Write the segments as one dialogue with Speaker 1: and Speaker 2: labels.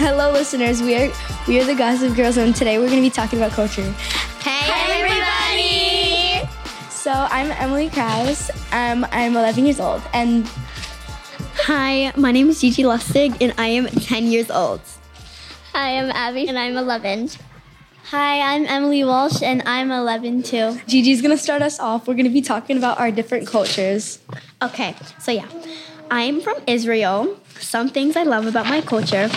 Speaker 1: Hello, listeners. We are we are the Gossip Girls, and today we're going to be talking about culture.
Speaker 2: Hey, everybody!
Speaker 1: So I'm Emily Krause. Um, I'm 11 years old, and
Speaker 3: Hi, my name is Gigi Lustig and I am 10 years old.
Speaker 2: Hi, I'm Abby, and I'm 11.
Speaker 3: Hi, I'm Emily Walsh and I'm 11 too.
Speaker 1: Gigi's going to start us off. We're going to be talking about our different cultures.
Speaker 3: Okay, so yeah, I'm from Israel. Some things I love about my culture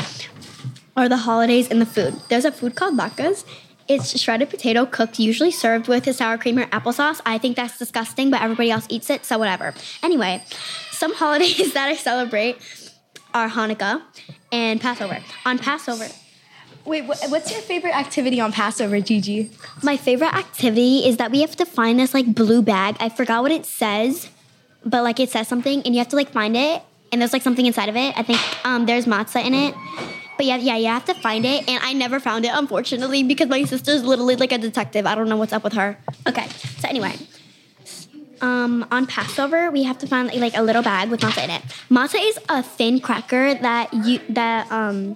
Speaker 3: are the holidays and the food. There's a food called latkes. It's shredded potato cooked, usually served with sour cream or applesauce. I think that's disgusting, but everybody else eats it, so whatever. Anyway, some holidays that I celebrate are Hanukkah and Passover. On Passover,
Speaker 1: Wait, wh- what's your favorite activity on Passover, Gigi?
Speaker 3: My favorite activity is that we have to find this like blue bag. I forgot what it says, but like it says something, and you have to like find it. And there's like something inside of it. I think um, there's matzah in it. But yeah, yeah, you have to find it. And I never found it, unfortunately, because my sister's literally like a detective. I don't know what's up with her. Okay, so anyway, um, on Passover, we have to find like a little bag with matzah in it. Matzah is a thin cracker that you that um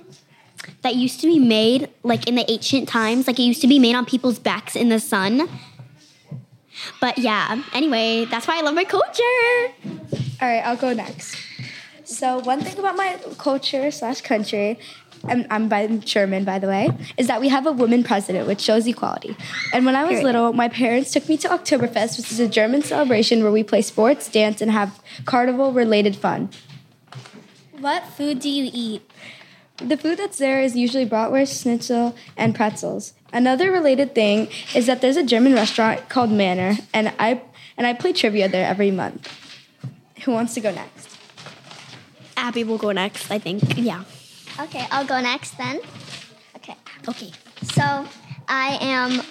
Speaker 3: that used to be made like in the ancient times. Like it used to be made on people's backs in the sun. But yeah, anyway, that's why I love my culture.
Speaker 1: All right, I'll go next. So one thing about my culture slash country, and I'm by I'm German by the way, is that we have a woman president, which shows equality. And when I was
Speaker 3: Period.
Speaker 1: little, my parents took me to Oktoberfest, which is a German celebration where we play sports, dance, and have carnival-related fun.
Speaker 2: What food do you eat?
Speaker 1: The food that's there is usually bratwurst, schnitzel, and pretzels. Another related thing is that there's a German restaurant called Manor, and I and I play trivia there every month. Who wants to go next?
Speaker 3: Abby will go next, I think. Yeah.
Speaker 2: Okay, I'll go next then. Okay.
Speaker 3: Okay.
Speaker 2: So I am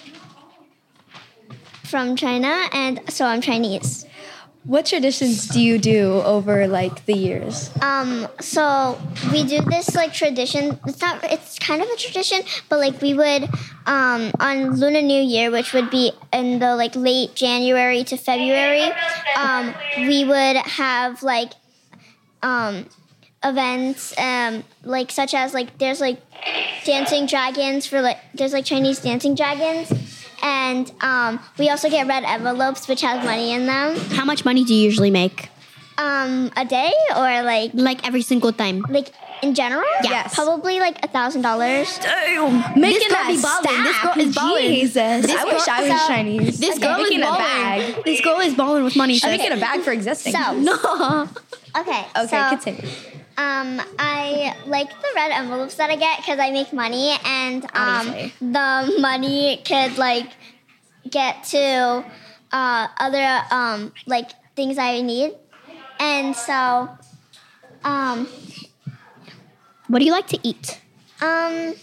Speaker 2: from China, and so I'm Chinese.
Speaker 1: What traditions do you do over like the years?
Speaker 2: Um, so we do this like tradition. It's not. It's kind of a tradition, but like we would um, on Lunar New Year, which would be in the like late January to February. Um, we would have like um, events, um, like such as like there's like dancing dragons for like there's like Chinese dancing dragons, and um, we also get red envelopes which has money in them.
Speaker 3: How much money do you usually make?
Speaker 2: Um, a day or like
Speaker 3: Like every single time.
Speaker 2: like in general?
Speaker 1: Yes.
Speaker 2: Probably like a thousand dollars.
Speaker 1: Making
Speaker 3: Oh, girl be ballin'. This girl is ballin'.
Speaker 1: Jesus.
Speaker 3: This
Speaker 1: I wish
Speaker 3: girl-
Speaker 1: I was
Speaker 2: so-
Speaker 1: Chinese.
Speaker 3: This
Speaker 1: Okay.
Speaker 3: girl is
Speaker 1: Making a
Speaker 3: balling.
Speaker 1: bag.
Speaker 3: This girl is balling with money.
Speaker 1: I'm
Speaker 3: sis.
Speaker 1: making a bag for existing.
Speaker 2: So
Speaker 3: no.
Speaker 2: okay.
Speaker 1: Okay,
Speaker 2: so,
Speaker 1: continue.
Speaker 2: Um, I like the red envelopes that I get because I make money, and um,
Speaker 3: Obviously.
Speaker 2: the money could like get to uh, other um like things I need, and so um
Speaker 3: What do you like to eat?
Speaker 2: Um,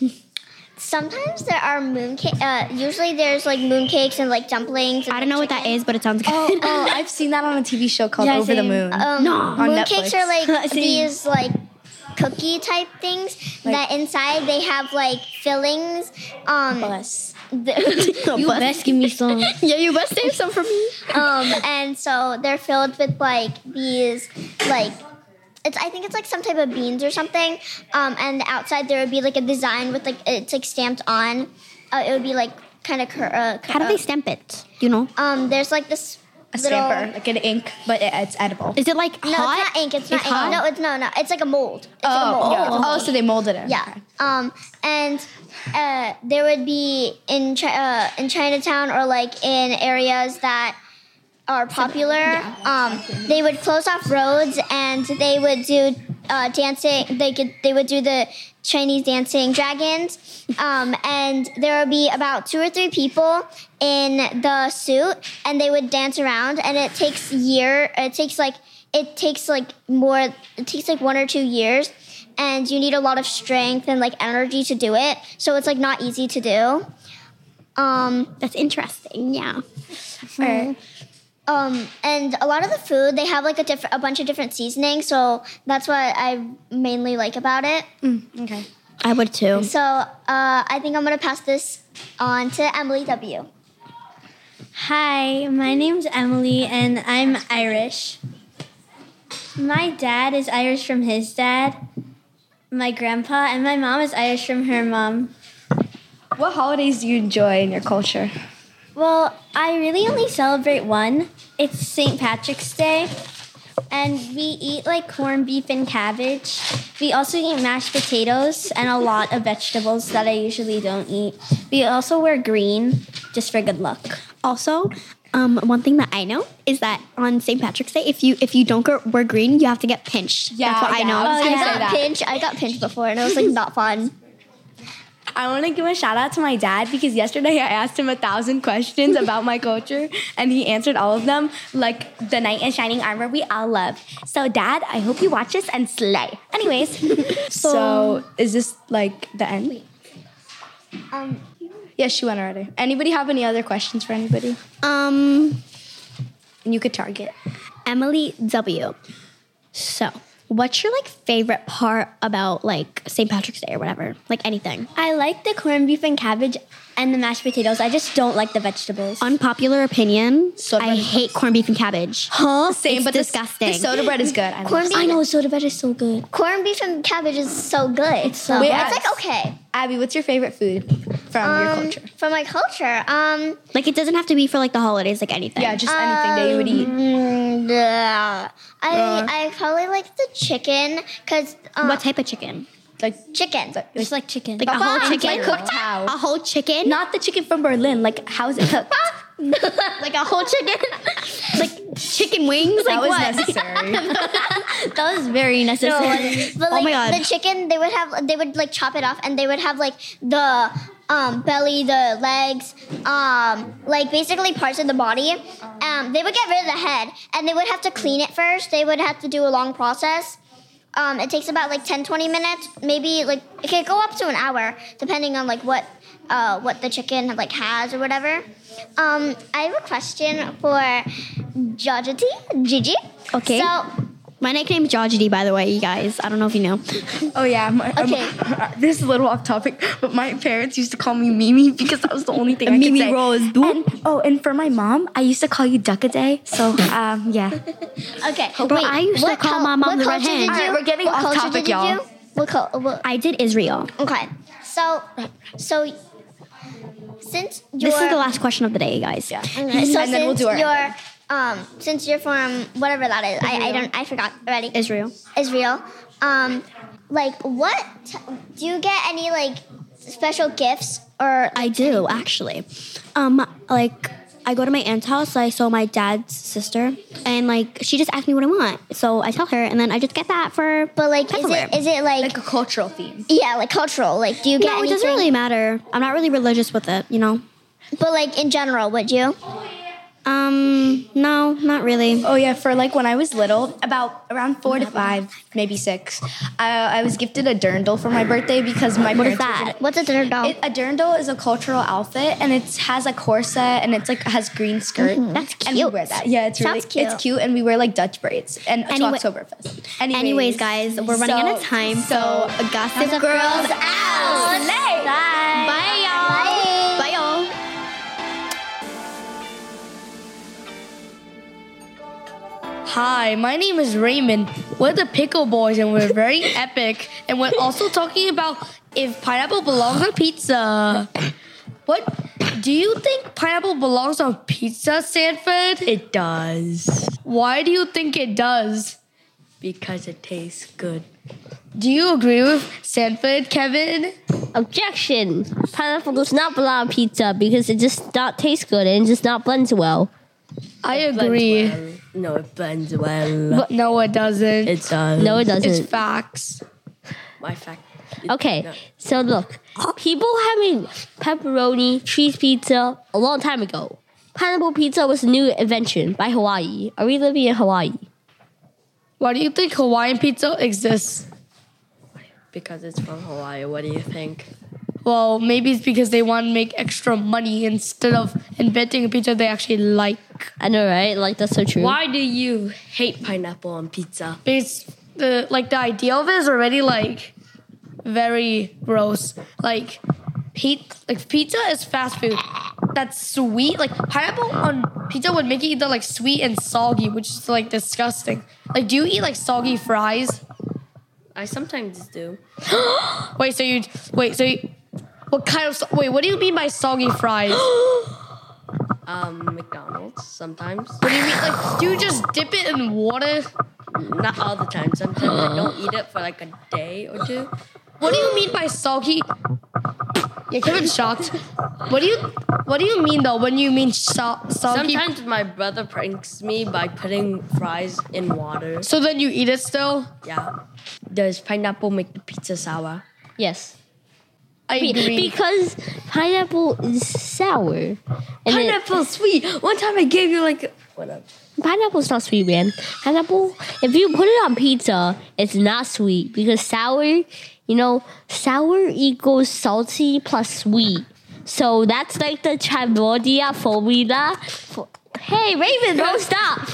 Speaker 2: sometimes there are mooncake. Uh, usually there's like mooncakes and like dumplings. And
Speaker 3: I don't know what that is, but it sounds good.
Speaker 1: Oh, oh, I've seen that on a TV show called
Speaker 3: Yeah,
Speaker 1: Over the
Speaker 3: same. Uh,
Speaker 1: Moon.
Speaker 2: Um,
Speaker 3: No. On
Speaker 2: mooncakes are
Speaker 1: Netflix.
Speaker 2: like
Speaker 3: See.
Speaker 2: these like cookie type things that inside they have like fillings. Um,
Speaker 1: Bless.
Speaker 2: th-
Speaker 3: you best give me some. yeah, you best save some for me.
Speaker 2: um, and so they're filled with like these like. It's, I think it's like some type of beans or something. Um, and outside there would be like a design with like it's like stamped on. Uh, it would be like kind of cur- uh,
Speaker 3: How do
Speaker 2: uh,
Speaker 3: they stamp it? You know?
Speaker 2: Um, there's like this
Speaker 1: A
Speaker 2: little.
Speaker 1: stamper, like an ink, but it, it's edible.
Speaker 3: Is it like
Speaker 2: No,
Speaker 3: hot?
Speaker 2: it's not ink. It's not ink.
Speaker 3: hot?
Speaker 2: No, it's no, no. It's like a mold. It's like a mold.
Speaker 1: oh, yeah. oh, so they molded it.
Speaker 2: Yeah.
Speaker 1: Okay.
Speaker 2: Um, and uh, there would be in Chi- uh, in Chinatown or like in areas that are popular. Um, they would close off roads and they would do uh, dancing. They could they would do the Chinese dancing dragons. Um, and there would be about two or three people in the suit, and they would dance around. And it takes year. It takes like it takes like more. It takes like one or two years. And you need a lot of strength and like energy to do it, so it's like not easy to do. Um,
Speaker 3: That's interesting. Yeah.
Speaker 1: Alright.
Speaker 2: um, and a lot of the food they have like a different, a bunch of different seasonings, so that's what I mainly like about it.
Speaker 3: Mm-hmm.
Speaker 1: Okay.
Speaker 3: I would too.
Speaker 2: So uh, I think I'm gonna pass this on to Emily W.
Speaker 4: Hi, my name's Emily and I'm Irish. My dad is Irish from his dad, my grandpa, and my mom is Irish from her mom.
Speaker 1: What holidays do you enjoy in your culture?
Speaker 4: Well, I really only celebrate one. It's St. Patrick's Day. And we eat like corned beef and cabbage. We also eat mashed potatoes and a lot of vegetables that I usually don't eat. We also wear green just for good luck.
Speaker 3: Also, um, one thing that I know is that on St. Patrick's Day, if you if you don't go, wear green, you have to get pinched.
Speaker 1: Yeah,
Speaker 3: That's what
Speaker 1: yeah,
Speaker 3: I know.
Speaker 1: I was
Speaker 2: I
Speaker 1: gonna say
Speaker 2: got
Speaker 1: that.
Speaker 2: pinched. I got pinched before, and it was like not fun.
Speaker 1: I want to give a shout out to my dad because yesterday I asked him a thousand questions about my culture and he answered all of them like the knight in shining armor we all love. So, dad, I hope you watch this and slay. Anyways, so is this like the end?
Speaker 2: Um,
Speaker 1: Yes, she went already. Anybody have any other questions for anybody?
Speaker 3: um,
Speaker 1: And you could target.
Speaker 3: Emily W. So, what's your like favorite part about like St. Patrick's Day or whatever? Like anything?
Speaker 4: I like the corned beef and cabbage and the mashed potatoes. I just don't like the vegetables.
Speaker 3: Unpopular opinion.
Speaker 1: Soda
Speaker 3: I
Speaker 1: bread.
Speaker 3: hate corned beef and cabbage.
Speaker 1: Huh? Same,
Speaker 3: It's
Speaker 1: but this-
Speaker 3: disgusting.
Speaker 1: The soda bread is good. I love
Speaker 2: corned beef,
Speaker 1: soda.
Speaker 3: know soda bread is so good.
Speaker 2: corned beef and cabbage is so good. It's
Speaker 1: Wait,
Speaker 2: it's
Speaker 1: Alex.
Speaker 2: like okay
Speaker 1: Abby, what's your favorite food from your
Speaker 2: Um,
Speaker 1: culture?
Speaker 2: for my culture. Um,
Speaker 3: Like it doesn't have to be for like the holidays, like anything.
Speaker 1: Yeah, just anything that you would eat. Uh,
Speaker 2: mm, yeah. I I probably like the chicken because um,
Speaker 3: what type of chicken?
Speaker 1: Like,
Speaker 2: chicken.
Speaker 4: Just like chicken.
Speaker 3: Like a whole
Speaker 1: uh-huh.
Speaker 2: Buns,
Speaker 3: chicken?
Speaker 2: like cooked
Speaker 3: a whole chicken?
Speaker 1: not the chicken from Berlin. Like, how's it cooked?
Speaker 3: like a whole chicken? like chicken wings?
Speaker 1: that was
Speaker 3: like what?
Speaker 1: necessary.
Speaker 3: that was very
Speaker 2: No,
Speaker 3: necessary.
Speaker 2: but
Speaker 3: oh
Speaker 2: like
Speaker 3: my god.
Speaker 2: the chicken, they would have they would like chop it off, and they would have like the um, belly, the legs, um, like basically parts of the body.
Speaker 3: Oh.
Speaker 2: Um, they would get rid of the head, and they would have to clean it first. They would have to do a long process. Um, it takes about like 10, 20 minutes, maybe like it could go up to an hour, depending on like what uh, what the chicken like has or whatever. Um, I have a question for Jajati, Gigi.
Speaker 3: Okay.
Speaker 2: So
Speaker 3: My nickname is Jajidi, by the way, you guys. I don't know if you know.
Speaker 1: Oh yeah. My, um,
Speaker 2: Okay.
Speaker 1: this is a little off topic, but my parents used to call me Mimi because that was the only thing I
Speaker 3: Mimi
Speaker 1: could say.
Speaker 3: Rose, dude.
Speaker 1: And, oh, and for my mom, I used to call you Duck a Day. So um, yeah.
Speaker 2: Okay.
Speaker 3: Bro, I used to
Speaker 2: what
Speaker 3: call my mom
Speaker 2: what
Speaker 3: the red
Speaker 2: culture
Speaker 3: hen.
Speaker 2: did
Speaker 3: All
Speaker 1: right,
Speaker 2: you-
Speaker 1: we're getting
Speaker 2: what
Speaker 1: off
Speaker 2: culture
Speaker 1: topic,
Speaker 2: did you
Speaker 1: y'all.
Speaker 2: do? What, cul- what,
Speaker 3: I did Israel.
Speaker 2: okay. So, so since you're,
Speaker 3: This is the last question of the day, you guys. Yeah.
Speaker 2: Okay, so
Speaker 1: And then we'll
Speaker 2: since
Speaker 1: do our
Speaker 2: you're, um, since you're from whatever that is, I, I don't, I forgot already.
Speaker 3: Israel.
Speaker 2: Israel. Um, like what? t- do you get any like special gifts or?
Speaker 3: I do actually. Um, like I go to my aunt's house. Like, so my dad's sister, and like she just asked me what I want, so I tell her, and then I just get that for.
Speaker 2: But like, is
Speaker 3: Tupperware.
Speaker 2: it is it like,
Speaker 1: Like a cultural theme.
Speaker 2: yeah, like cultural? Like, do you get
Speaker 3: no, it
Speaker 2: anything?
Speaker 3: doesn't really matter. I'm not really religious with it, you know.
Speaker 2: But like in general, would you?
Speaker 3: Um, no, not really.
Speaker 1: Oh yeah, for like when I was little, about around four to five, maybe six, uh, I, I was gifted a dirndl for my birthday because my parents
Speaker 3: What is that?
Speaker 2: What's a dinner doll?
Speaker 1: It, a dirndl is a cultural outfit, and it has a corset, and it's like has green skirt.
Speaker 3: Mm-hmm. That's
Speaker 1: And we
Speaker 3: cute.
Speaker 1: wear that. Yeah, it's really
Speaker 2: Sounds cute.
Speaker 1: it's cute, and we wear like Dutch braids and
Speaker 3: Anyway-
Speaker 1: to Oktoberfest. Anyways,
Speaker 3: Anyways, guys, we're running out of time, so, gossip girls, out.
Speaker 2: Bye.
Speaker 3: Oh, Bye, y'all.
Speaker 2: Bye.
Speaker 3: Bye, y'all.
Speaker 5: Hi, my name is Raymond. We're the Pickle Boys and we're very epic. And we're also talking about if pineapple belongs on pizza. What do you think pineapple belongs on pizza, Sanford? It does. Why do you think it does? Because it tastes good. Do you agree with Sanford, Kevin?
Speaker 6: Objection! Pineapple does not belong on pizza because it just not tastes good and it just not blends well.
Speaker 5: I agree.
Speaker 7: No, it blends well.
Speaker 5: But no, it doesn't.
Speaker 7: It Oh. does.
Speaker 6: No, it
Speaker 5: it's
Speaker 6: doesn't.
Speaker 5: facts.
Speaker 7: my fact.
Speaker 6: Okay, so look, people having pepperoni cheese pizza a long time ago. Pineapple pizza was a new invention by Hawaii. Are we living in Hawaii?
Speaker 5: Why do you think Hawaiian pizza exists?
Speaker 7: Because it's from Hawaii. What do you think?
Speaker 5: Well, maybe it's because they want to make extra money instead of inventing a pizza they actually like.
Speaker 6: I know, right? Like that's so true.
Speaker 7: Why do you hate pineapple on pizza?
Speaker 5: Because the like the idea of it is already like very gross. Like pe- like pizza is fast food. That's sweet. Like pineapple on pizza would make it either like sweet and soggy, which is like disgusting. Like do you eat like soggy fries?
Speaker 7: I sometimes do.
Speaker 5: Wait, so you wait, so you, what kind of wait? What do you mean by soggy fries?
Speaker 7: Um, McDonald's sometimes.
Speaker 5: What do you mean? Like, do you just dip it in water?
Speaker 7: Not all the time. Sometimes I don't eat it for like a day or two.
Speaker 5: What do you mean by soggy? Yeah, Kevin's shocked. What do you What do you mean though? When you mean so, soggy?
Speaker 7: Sometimes my brother pranks me by putting fries in water.
Speaker 5: so then you eat it still?
Speaker 7: Yeah. Does pineapple make the pizza sour?
Speaker 3: Yes.
Speaker 5: I
Speaker 3: Be-
Speaker 5: agree.
Speaker 3: because pineapple is sour. And pineapple.
Speaker 7: Pineapple's sweet. One time I gave you like whatever.
Speaker 3: pineapple's not sweet, man. Pineapple, if you put it on pizza, it's not sweet because sour, you know, sour equals salty plus sweet. So that's like the Chavodia formula. For- hey, Raven, don't stop.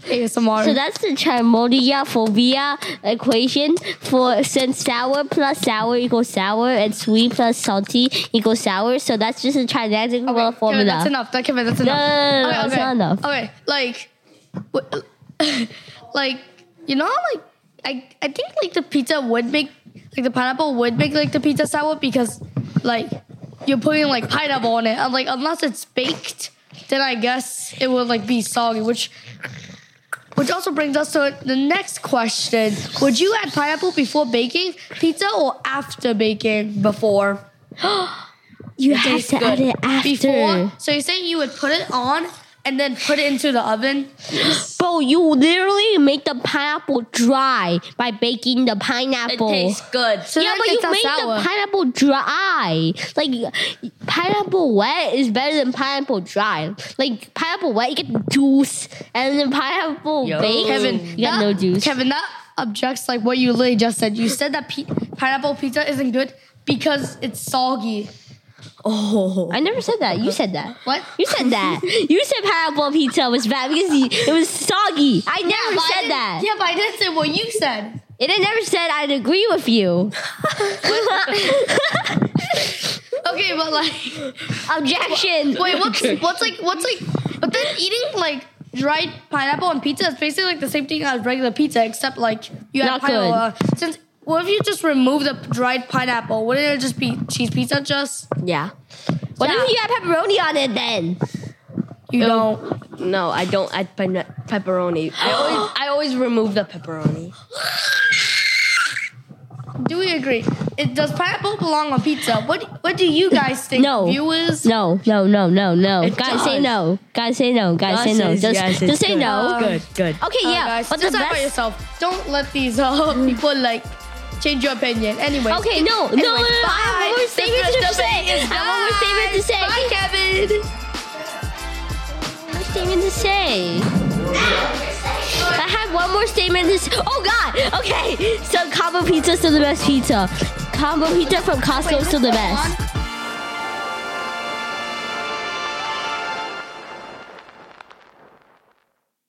Speaker 5: ASMR.
Speaker 3: So that's the Chimodia phobia equation for since sour plus sour equals sour and sweet plus salty equals sour. So that's just a trinactic
Speaker 5: Okay,
Speaker 3: formula.
Speaker 5: Kevin, that's enough. That Kevin, that's enough.
Speaker 3: no, no, no, that's not enough.
Speaker 5: Oh, Okay, like, what, like you know, how, like I, I think like the pizza would make like the pineapple would make like the pizza sour because like you're putting like pineapple on it. I'm like unless it's baked, then I guess it would like be soggy, which. Which also brings us to the next question. Would you add pineapple before baking pizza or after baking? Before.
Speaker 3: You have
Speaker 5: tastes
Speaker 3: to add
Speaker 5: good.
Speaker 3: it after.
Speaker 5: Before, so you're saying you would put it on and then put it into the oven?
Speaker 3: Bro, you literally make the pineapple dry by baking the
Speaker 7: It
Speaker 3: pineapple.
Speaker 7: tastes good.
Speaker 5: So
Speaker 3: yeah,
Speaker 5: then
Speaker 3: but
Speaker 5: it's
Speaker 3: you
Speaker 5: not
Speaker 3: make
Speaker 5: sour.
Speaker 3: the pineapple dry. Like pineapple wet is better than pineapple dry. Like pineapple wet, you get the juice, and then pineapple
Speaker 7: Yo.
Speaker 3: baked,
Speaker 5: Kevin,
Speaker 3: you got
Speaker 5: that-
Speaker 3: no juice.
Speaker 5: Kevin, that objects like what you literally just said. You said that pi- pineapple pizza isn't good because it's soggy.
Speaker 3: I never said that. You said that.
Speaker 5: What?
Speaker 3: You said that. you said pineapple pizza was bad because you- it was soggy. I never
Speaker 5: but I
Speaker 3: said
Speaker 5: didn't-
Speaker 3: that.
Speaker 5: Yeah, but I didn't say what you said.
Speaker 3: And I never said I'd agree with you.
Speaker 5: Okay, but like,
Speaker 3: Objection.
Speaker 5: wait, what's what's like what's like? But then eating like dried pineapple on pizza is basically like the same thing as regular pizza, except like you add
Speaker 3: Not
Speaker 5: pineapple.
Speaker 3: good.
Speaker 5: uh, Since what if you just remove the dried pineapple? Wouldn't it just be cheese pizza? Just
Speaker 7: Yeah.
Speaker 3: What if you had pepperoni on it then? Oh,
Speaker 5: You don't.
Speaker 7: No, I don't add pine- pepperoni. I always I always remove the pepperoni.
Speaker 5: Do we agree? It, does pineapple belong on pizza? What What do you guys think?
Speaker 3: No.
Speaker 5: viewers.
Speaker 3: No, no, no, no, no.
Speaker 7: It
Speaker 3: Guys
Speaker 7: does.
Speaker 3: say no. Guys say no. Guys say no.
Speaker 7: Yes,
Speaker 3: Just,
Speaker 7: yes, it's
Speaker 3: just say
Speaker 7: good.
Speaker 3: no.
Speaker 7: Good, good.
Speaker 3: Okay,
Speaker 5: Uh,
Speaker 3: yeah.
Speaker 5: guys,
Speaker 3: but the
Speaker 5: decide by
Speaker 3: best.
Speaker 5: yourself. Don't let these uh, people like change your opinion. Anyway.
Speaker 3: Okay, no, no, no, no, no. I have one more statement to say. I have one more statement to say.
Speaker 5: Bye,
Speaker 3: One more statement to
Speaker 5: Kevin.
Speaker 3: say. I have one more statement to say. Oh God. Okay. So combo pizza still the best pizza. Combo pizza from Costco still the best.